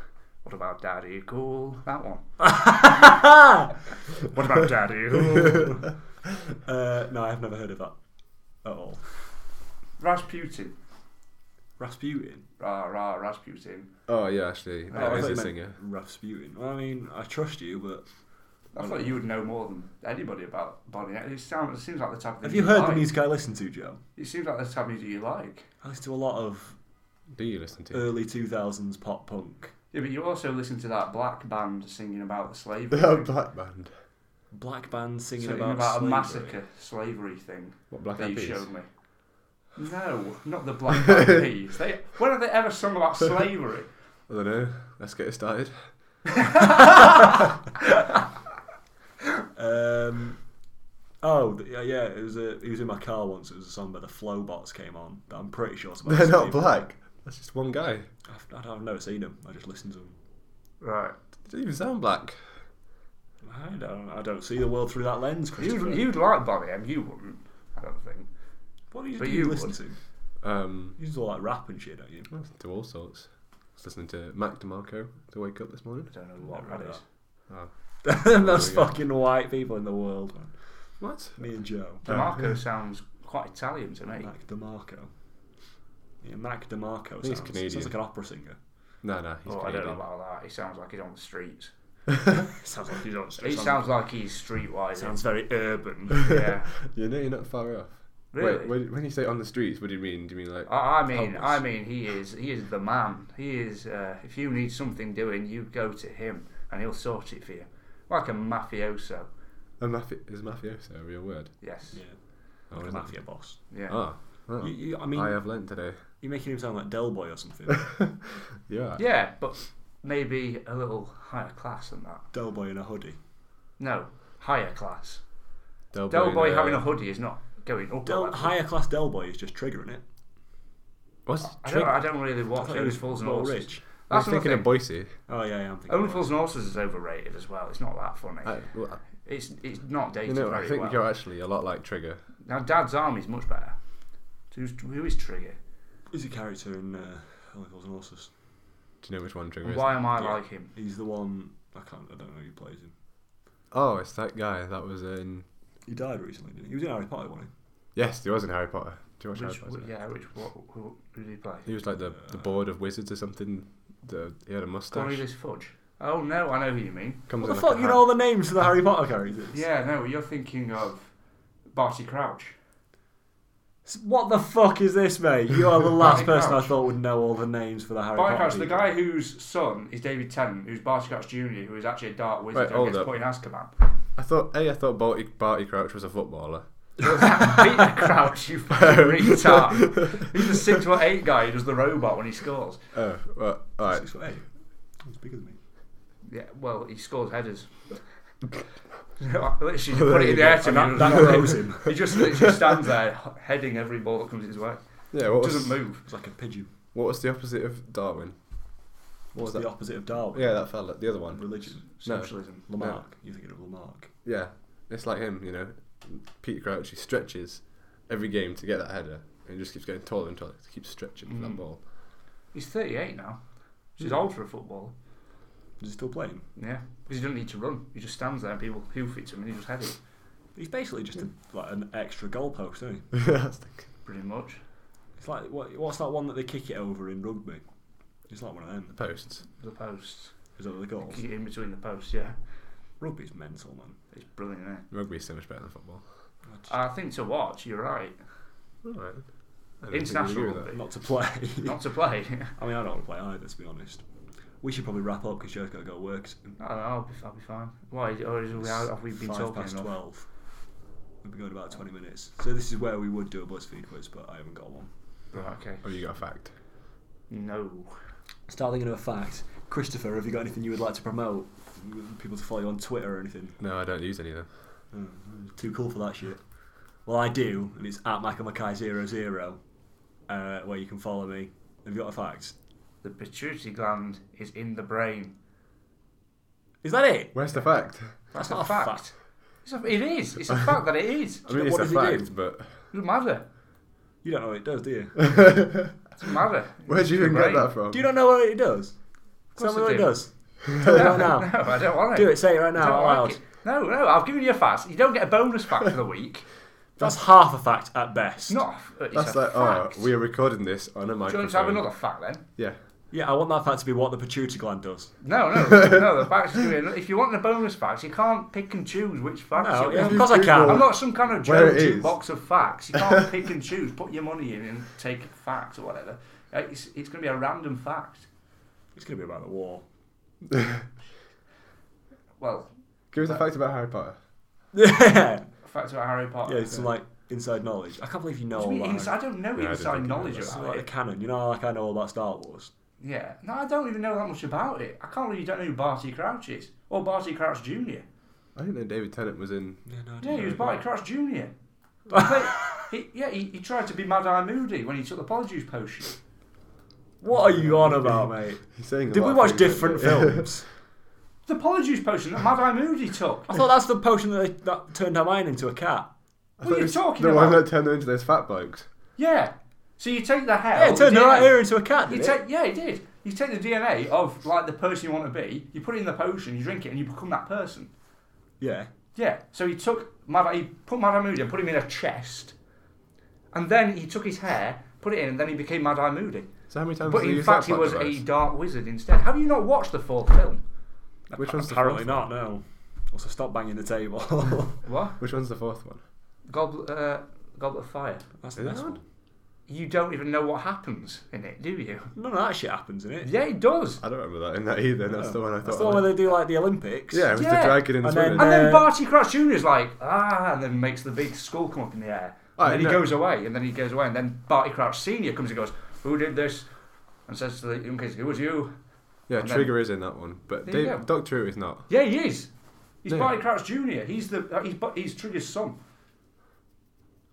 [SPEAKER 1] What about Daddy Cool? That one. [laughs] what about Daddy Cool?
[SPEAKER 2] Uh, no, I've never heard of that at all.
[SPEAKER 1] Rasputin.
[SPEAKER 2] Rasputin.
[SPEAKER 1] Ra ra Rasputin.
[SPEAKER 3] Oh yeah, actually,
[SPEAKER 1] Oh,
[SPEAKER 3] that
[SPEAKER 2] I
[SPEAKER 3] is
[SPEAKER 2] thought
[SPEAKER 3] a
[SPEAKER 2] you meant
[SPEAKER 3] singer.
[SPEAKER 2] Rasputin. Well, I mean, I trust you, but
[SPEAKER 1] I thought you would know more than anybody about Bonnie. It, sound, it seems like the type of
[SPEAKER 2] have
[SPEAKER 1] thing
[SPEAKER 2] you heard
[SPEAKER 1] like.
[SPEAKER 2] the music I listen to, Joe?
[SPEAKER 1] It seems like the type of music you like.
[SPEAKER 2] I listen to a lot of
[SPEAKER 3] Do you listen
[SPEAKER 1] Uh,
[SPEAKER 3] to?
[SPEAKER 2] early two thousands pop punk.
[SPEAKER 1] Yeah, but you also listen to that black band singing about the slavery. [laughs]
[SPEAKER 3] They are
[SPEAKER 1] thing.
[SPEAKER 3] black band.
[SPEAKER 2] Black bands singing
[SPEAKER 1] Singing
[SPEAKER 2] about,
[SPEAKER 1] about, a
[SPEAKER 2] slavery.
[SPEAKER 1] massacre slavery thing
[SPEAKER 3] What black
[SPEAKER 1] that
[SPEAKER 3] eyed
[SPEAKER 1] you
[SPEAKER 3] peas?
[SPEAKER 1] showed me. No, not the black eyed [laughs] peas. They, when have they ever sung [laughs] about slavery?
[SPEAKER 3] I don't know. Let's get it started.
[SPEAKER 2] Um, oh th- yeah, yeah. It was a. He was in my car once. It was a song by the Flowbots came on. That I'm pretty sure. it's about
[SPEAKER 3] [laughs] They're not
[SPEAKER 2] slavery.
[SPEAKER 3] black. That's just one guy.
[SPEAKER 2] I've, I'd- I've never seen them. I just listen to them.
[SPEAKER 1] Right.
[SPEAKER 3] Doesn't even sound black.
[SPEAKER 2] I don't. I don't see the world through that lens, Christopher.
[SPEAKER 1] You'd, you'd like Bonnie M, you wouldn't. I don't think.
[SPEAKER 2] what do you,
[SPEAKER 1] but
[SPEAKER 2] do you
[SPEAKER 1] you
[SPEAKER 2] listen
[SPEAKER 1] would.
[SPEAKER 2] to?
[SPEAKER 3] Um,
[SPEAKER 2] You just like rap and shit, don't you?
[SPEAKER 3] I listen to all sorts. I was listening to Mac DeMarco to wake up this morning.
[SPEAKER 1] I don't know what
[SPEAKER 2] Never
[SPEAKER 1] that
[SPEAKER 2] heard
[SPEAKER 1] is.
[SPEAKER 3] Oh.
[SPEAKER 2] the most
[SPEAKER 3] we go.
[SPEAKER 2] fucking white people in the world, man.
[SPEAKER 3] What?
[SPEAKER 2] Me and Joe.
[SPEAKER 1] DeMarco sounds quite Italian to me.
[SPEAKER 2] Mac DeMarco. Yeah, Mac DeMarco.
[SPEAKER 3] think he's
[SPEAKER 2] Sounds,
[SPEAKER 3] Canadian.
[SPEAKER 2] sounds like an opera singer.
[SPEAKER 3] No, no, he's
[SPEAKER 1] Oh, I don't
[SPEAKER 3] Canadian. [laughs]
[SPEAKER 1] know about that. He sounds like he's on the
[SPEAKER 2] [laughs]
[SPEAKER 1] streets.
[SPEAKER 2] sounds like he's on
[SPEAKER 1] He sounds like he's streetwise.
[SPEAKER 2] sounds very urban.
[SPEAKER 1] [laughs] yeah.
[SPEAKER 3] You know, you're not far off.
[SPEAKER 1] Really?
[SPEAKER 3] [laughs]
[SPEAKER 1] Ah.
[SPEAKER 3] Wait, when, when you say on the streets, what do you mean? Do you mean like?
[SPEAKER 1] I, I mean,
[SPEAKER 3] Homeless.
[SPEAKER 1] I mean, he is he is the man. He is. Uh, if you need something doing, you go to him, and he'll sort it for you, like a mafioso.
[SPEAKER 3] A mafi- is mafioso a real word?
[SPEAKER 1] Yes.
[SPEAKER 2] yeah,
[SPEAKER 3] Oh,
[SPEAKER 2] like a
[SPEAKER 3] is it?
[SPEAKER 2] mafia boss.
[SPEAKER 1] Yeah.
[SPEAKER 3] Ah, oh.
[SPEAKER 2] You, you, I mean,
[SPEAKER 3] I have learnt today. [laughs]
[SPEAKER 2] you're making him sound like Del Boy or something.
[SPEAKER 3] Yeah.
[SPEAKER 1] Yeah, but maybe a little higher class than that.
[SPEAKER 2] Del boy in a hoodie.
[SPEAKER 1] No, higher class.
[SPEAKER 3] Del
[SPEAKER 1] Del boy uh, having a hoodie is not going up.
[SPEAKER 2] Del,
[SPEAKER 1] a level.
[SPEAKER 2] higher class Del boy is just triggering it.
[SPEAKER 3] What's
[SPEAKER 1] I don't. I don't really watch
[SPEAKER 2] thought
[SPEAKER 1] Only Fools and
[SPEAKER 2] more
[SPEAKER 1] Horses.
[SPEAKER 2] rich.
[SPEAKER 3] I'm
[SPEAKER 1] That's another
[SPEAKER 3] thinking
[SPEAKER 1] thing.
[SPEAKER 3] of Boise.
[SPEAKER 2] Oh yeah, yeah I'm thinking.
[SPEAKER 1] Only
[SPEAKER 2] about
[SPEAKER 1] Fools and Horses is overrated as well. It's not that funny.
[SPEAKER 3] I, well,
[SPEAKER 1] it's it's not
[SPEAKER 3] Oh. you
[SPEAKER 1] dated
[SPEAKER 3] know,
[SPEAKER 1] very
[SPEAKER 3] I think
[SPEAKER 1] well.
[SPEAKER 3] you're actually a lot like Trigger.
[SPEAKER 1] Now Dad's Army is much better. Who's, who is Trigger?
[SPEAKER 2] it. He's a character in uh, Only Fools and Horses.
[SPEAKER 3] Do you know which one Trigger
[SPEAKER 1] And
[SPEAKER 3] is?
[SPEAKER 1] why am I
[SPEAKER 2] Yeah.
[SPEAKER 1] like him?
[SPEAKER 2] He's the one. I can't. I don't know who plays him.
[SPEAKER 3] Oh, it's that guy that was in.
[SPEAKER 2] He died recently, didn't he? He was in Harry Potter, wasn't
[SPEAKER 3] Yes, he was in Harry Potter. Do you watch
[SPEAKER 1] Which,
[SPEAKER 3] Harry Potter?
[SPEAKER 1] yeah, which what who, who did he play?
[SPEAKER 3] He was like the, the board of wizards or something. The, he had a mustache.
[SPEAKER 1] Cornelius Fudge. Oh no, I know who you mean.
[SPEAKER 2] he?
[SPEAKER 3] Comes
[SPEAKER 2] What the
[SPEAKER 3] in
[SPEAKER 2] fuck?
[SPEAKER 3] like a
[SPEAKER 2] You
[SPEAKER 3] hat.
[SPEAKER 2] know all the names of the Harry Potter characters.
[SPEAKER 1] Yeah, no, you're thinking of Barty Crouch.
[SPEAKER 2] S- What the fuck is this, mate? You are the last
[SPEAKER 1] Barty
[SPEAKER 2] person I
[SPEAKER 1] Crouch.
[SPEAKER 2] thought would know all the names for the Harry
[SPEAKER 1] Barty Crouch,
[SPEAKER 2] Potter.
[SPEAKER 1] the
[SPEAKER 2] people.
[SPEAKER 1] guy whose son is David Tennant, who's Barty Crouch Jr., who is actually a dark
[SPEAKER 3] Right,
[SPEAKER 1] wizard and
[SPEAKER 3] hold
[SPEAKER 1] gets
[SPEAKER 3] up.
[SPEAKER 1] put in Azkaban.
[SPEAKER 3] I thought. Hey, I thought Barty, Barty Crouch was a footballer.
[SPEAKER 1] Peter Crouch,
[SPEAKER 3] [laughs]
[SPEAKER 1] you fucking retard. He's the six foot eight guy who does the robot when he scores.
[SPEAKER 3] Oh, well, all right.
[SPEAKER 2] Six foot eight. He's bigger than me.
[SPEAKER 1] Yeah, well, he scores headers. [laughs] literally, you put
[SPEAKER 3] There
[SPEAKER 1] it
[SPEAKER 3] you
[SPEAKER 1] in the air
[SPEAKER 3] go.
[SPEAKER 1] to
[SPEAKER 2] And
[SPEAKER 1] me.
[SPEAKER 2] that,
[SPEAKER 1] and
[SPEAKER 2] that
[SPEAKER 1] it does
[SPEAKER 2] grows
[SPEAKER 1] nothing.
[SPEAKER 2] him.
[SPEAKER 1] He just literally stands there, heading every ball that comes his way.
[SPEAKER 3] Yeah. What was,
[SPEAKER 1] Doesn't move.
[SPEAKER 2] It's like a pigeon.
[SPEAKER 3] what was the opposite of Darwin?
[SPEAKER 2] What was
[SPEAKER 3] that?
[SPEAKER 2] the opposite of Darwin?
[SPEAKER 3] Yeah, that fella, the other one.
[SPEAKER 2] Religion.
[SPEAKER 3] No.
[SPEAKER 1] Socialism.
[SPEAKER 2] Lamarck. You're thinking of Lamarck.
[SPEAKER 3] Yeah, it's like him, you know. Peter Crouch, he stretches every game to get that header, and he just keeps getting taller and taller. He keeps stretching for that
[SPEAKER 1] Mm.
[SPEAKER 3] [laughs] ball.
[SPEAKER 1] He's 38 now, which is
[SPEAKER 2] Hmm.
[SPEAKER 1] old for a footballer.
[SPEAKER 2] Is he still playing?
[SPEAKER 1] Yeah, because he doesn't need to run. He just stands there and people hoof it to him and he just heads it,
[SPEAKER 2] He's basically just a, like an extra goalpost, isn't he?
[SPEAKER 3] That's the-
[SPEAKER 1] pretty much.
[SPEAKER 2] It's like what, what's that one that they kick it over in rugby? It's like one of them.
[SPEAKER 3] posts.
[SPEAKER 1] The posts.
[SPEAKER 2] Is that the [laughs] goals?
[SPEAKER 1] Kick it in between the posts, yeah.
[SPEAKER 2] Rugby's mental, man.
[SPEAKER 1] It's brilliant, isn't it?
[SPEAKER 3] Rugby is so much better than football.
[SPEAKER 2] I just-
[SPEAKER 1] I think to watch, you're right.
[SPEAKER 3] All right. I don't think you agree
[SPEAKER 1] International
[SPEAKER 3] with that.
[SPEAKER 1] rugby.
[SPEAKER 2] not to play.
[SPEAKER 1] Not to play.
[SPEAKER 2] [laughs]
[SPEAKER 1] [laughs]
[SPEAKER 2] I mean, I don't want to play either, to be honest. We should probably wrap up because Joe's got to go work. soon.
[SPEAKER 1] I don't know, I'll be, I'll be fine. Why? Or is, how have we been
[SPEAKER 2] Five
[SPEAKER 1] talking
[SPEAKER 2] past
[SPEAKER 1] enough?
[SPEAKER 2] twelve. We've been going about twenty minutes, so this is where we would do a BuzzFeed quiz, but I haven't got one.
[SPEAKER 1] Right, okay.
[SPEAKER 3] Oh, you got a fact.
[SPEAKER 1] No.
[SPEAKER 2] Start thinking of a fact. Christopher, have you got anything you would like to promote? People to follow you on Twitter or anything?
[SPEAKER 3] No, I don't use any of them.
[SPEAKER 2] Oh, too cool for that shit. Well, I do, and it's at Macamakai00, uh, where you can follow me. Have you got a fact?
[SPEAKER 1] The pituitary gland is in the brain.
[SPEAKER 2] Is that it?
[SPEAKER 3] Where's the fact?
[SPEAKER 1] That's,
[SPEAKER 2] not
[SPEAKER 1] a
[SPEAKER 2] a
[SPEAKER 1] fact.
[SPEAKER 2] fact.
[SPEAKER 1] It's a, it is. It's a fact that it is.
[SPEAKER 3] I
[SPEAKER 2] know
[SPEAKER 3] mean, it's
[SPEAKER 2] what
[SPEAKER 3] a
[SPEAKER 2] does it do?
[SPEAKER 3] fact, but
[SPEAKER 1] It doesn't matter.
[SPEAKER 2] You don't know what it does, do you?
[SPEAKER 3] [laughs]
[SPEAKER 1] It doesn't matter.
[SPEAKER 3] where do you even get that from?
[SPEAKER 2] do you not know what it does? Tell
[SPEAKER 1] course
[SPEAKER 2] me
[SPEAKER 1] I
[SPEAKER 2] what it
[SPEAKER 1] do.
[SPEAKER 2] does. Tell me right now.
[SPEAKER 1] No, I don't want it.
[SPEAKER 2] Do it, say it right
[SPEAKER 1] I
[SPEAKER 2] now.
[SPEAKER 1] don't
[SPEAKER 2] out loud.
[SPEAKER 1] like it. No, no, I've given you a fact. You don't get a bonus fact for the week.
[SPEAKER 2] That's half a fact at
[SPEAKER 1] It's
[SPEAKER 2] best.
[SPEAKER 1] not. a f- uh, It's
[SPEAKER 3] That's
[SPEAKER 1] a
[SPEAKER 3] like,
[SPEAKER 1] fact.
[SPEAKER 3] oh, we are recording this on a
[SPEAKER 1] Do you
[SPEAKER 3] microphone.
[SPEAKER 1] want to have another fact then?
[SPEAKER 3] Yeah.
[SPEAKER 2] Yeah, I want that fact to be what the pituitary gland does.
[SPEAKER 1] No, no, no. The facts are doing. If you want the bonus facts, you can't pick and choose which facts.
[SPEAKER 2] No,
[SPEAKER 1] you
[SPEAKER 2] yeah,
[SPEAKER 1] want.
[SPEAKER 2] of course I
[SPEAKER 1] I'm
[SPEAKER 2] can.
[SPEAKER 1] not some kind of
[SPEAKER 3] Where it
[SPEAKER 1] joke
[SPEAKER 3] is.
[SPEAKER 1] box of facts. You can't pick and choose. Put your money in and take facts or whatever. Uh, It's, it's going to be a random fact.
[SPEAKER 2] It's going to be about the war.
[SPEAKER 1] Well,
[SPEAKER 3] Give us a fact about Harry Potter.
[SPEAKER 2] [laughs] yeah,
[SPEAKER 1] a fact about Harry Potter.
[SPEAKER 2] yeah, it's some like inside knowledge. I can't believe you know
[SPEAKER 1] What do
[SPEAKER 2] all
[SPEAKER 1] you mean
[SPEAKER 2] that.
[SPEAKER 1] inside? I don't know
[SPEAKER 3] Yeah, I
[SPEAKER 1] inside
[SPEAKER 3] didn't know
[SPEAKER 1] knowledge
[SPEAKER 3] that.
[SPEAKER 2] It's
[SPEAKER 1] about
[SPEAKER 2] like the
[SPEAKER 1] it.
[SPEAKER 2] canon. You know, like I know all about Star Wars.
[SPEAKER 1] Yeah, no, I don't even know that much about it. I can't really don't know who Barty Crouch is or Barty Crouch Junior.
[SPEAKER 3] I didn't know David Tennant was in.
[SPEAKER 2] Yeah, no, I
[SPEAKER 1] Yeah, he was
[SPEAKER 2] didn't know
[SPEAKER 1] Barty
[SPEAKER 2] that.
[SPEAKER 1] Crouch Junior.
[SPEAKER 2] [laughs]
[SPEAKER 1] he, yeah, he, he tried to be Mad Eye Moody when he took the Polyjuice potion.
[SPEAKER 2] What are you on
[SPEAKER 1] [laughs]
[SPEAKER 2] about, mate?
[SPEAKER 3] He's saying. a
[SPEAKER 2] Did
[SPEAKER 3] lot
[SPEAKER 2] we
[SPEAKER 3] of
[SPEAKER 2] watch
[SPEAKER 3] things, don't
[SPEAKER 2] different
[SPEAKER 3] [laughs] we?
[SPEAKER 2] films?
[SPEAKER 1] The Polyjuice potion that Mad Eye Moody took.
[SPEAKER 2] I thought that's the potion that, they, that turned Hermione into a cat.
[SPEAKER 3] I
[SPEAKER 1] What
[SPEAKER 3] thought
[SPEAKER 1] are you
[SPEAKER 3] it was
[SPEAKER 1] talking
[SPEAKER 3] the
[SPEAKER 1] about?
[SPEAKER 3] one that turned them into those fat blokes.
[SPEAKER 1] Yeah. So you take the hair.
[SPEAKER 2] yeah, it turned
[SPEAKER 1] the
[SPEAKER 2] her
[SPEAKER 1] DNA.
[SPEAKER 2] right ear into a cat.
[SPEAKER 1] Oh, You
[SPEAKER 2] Did
[SPEAKER 1] take, yeah, it did. You take the DNA of like the person you want to be. You put it in the potion. You drink it, and you become that person.
[SPEAKER 2] Yeah.
[SPEAKER 1] Yeah. So he took Mad, he put Mad Eye Moody and put him in a chest, and then he took his hair, put it in, and then he became Mad Eye Moody.
[SPEAKER 3] So how many times?
[SPEAKER 1] But
[SPEAKER 3] did they
[SPEAKER 1] in
[SPEAKER 3] use
[SPEAKER 1] fact, he
[SPEAKER 3] that
[SPEAKER 1] was
[SPEAKER 3] plot
[SPEAKER 1] a
[SPEAKER 3] device?
[SPEAKER 1] dark wizard instead. Have you not watched the fourth film?
[SPEAKER 3] Which one's the
[SPEAKER 2] Apparently not.
[SPEAKER 3] fourth
[SPEAKER 2] No. Also, stop banging the table. [laughs]
[SPEAKER 1] What?
[SPEAKER 3] Which one's the fourth one?
[SPEAKER 1] Goblet, uh, Goblet of Fire.
[SPEAKER 2] that's the
[SPEAKER 3] Is
[SPEAKER 2] next
[SPEAKER 3] that
[SPEAKER 2] one.
[SPEAKER 1] You don't even know what happens in it, do you?
[SPEAKER 2] None of that shit happens in it.
[SPEAKER 1] Yeah, it does.
[SPEAKER 3] I don't remember that in that either. That's
[SPEAKER 2] No.
[SPEAKER 3] the one I thought.
[SPEAKER 2] That's the one
[SPEAKER 3] I-
[SPEAKER 2] where they do like the Olympics.
[SPEAKER 3] yeah, it was
[SPEAKER 1] Yeah.
[SPEAKER 3] the dragon and,
[SPEAKER 2] And
[SPEAKER 3] the
[SPEAKER 2] then-
[SPEAKER 3] women.
[SPEAKER 1] And
[SPEAKER 2] Uh,
[SPEAKER 1] then Barty Crouch Jr. is like, ah, and then makes the big skull come up in the air.
[SPEAKER 3] Alright,
[SPEAKER 1] and then he
[SPEAKER 3] no.
[SPEAKER 1] goes away, and then he goes away, and then Barty Crouch Sr. comes and goes, who did this? And says to the young kids, who was you?
[SPEAKER 3] Yeah,
[SPEAKER 1] And then-
[SPEAKER 3] Trigger is in that one, but
[SPEAKER 1] There you
[SPEAKER 3] Dave, Doctor Who is not.
[SPEAKER 1] Yeah, he is. He's
[SPEAKER 3] Yeah.
[SPEAKER 1] Barty Crouch Junior. He's the uh, he's Bu- he's Trigger's son.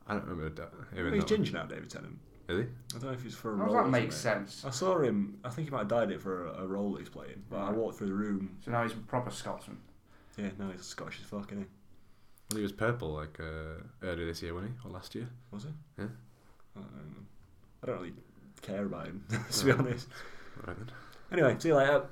[SPEAKER 3] I don't remember that. Who in
[SPEAKER 2] He's
[SPEAKER 3] that one.
[SPEAKER 2] ginger now, David Tennant.
[SPEAKER 3] Is he?
[SPEAKER 2] I don't know if he's for a
[SPEAKER 1] How does
[SPEAKER 2] role.
[SPEAKER 1] that
[SPEAKER 2] or
[SPEAKER 1] make
[SPEAKER 2] something.
[SPEAKER 1] sense?
[SPEAKER 2] I saw him. I think he might have dyed it for a, a role that he's playing. But I
[SPEAKER 1] Right.
[SPEAKER 2] walked through the room.
[SPEAKER 1] So now he's a proper Scotsman.
[SPEAKER 2] Yeah, no, he's Scottish as fuck, isn't he?
[SPEAKER 3] Well, he was purple like uh, earlier this year, wasn't he, or last year?
[SPEAKER 2] Was he?
[SPEAKER 3] Yeah.
[SPEAKER 2] I don't, know. I don't really care about him, [laughs] to be honest.
[SPEAKER 3] All right then.
[SPEAKER 2] Anyway, see you later.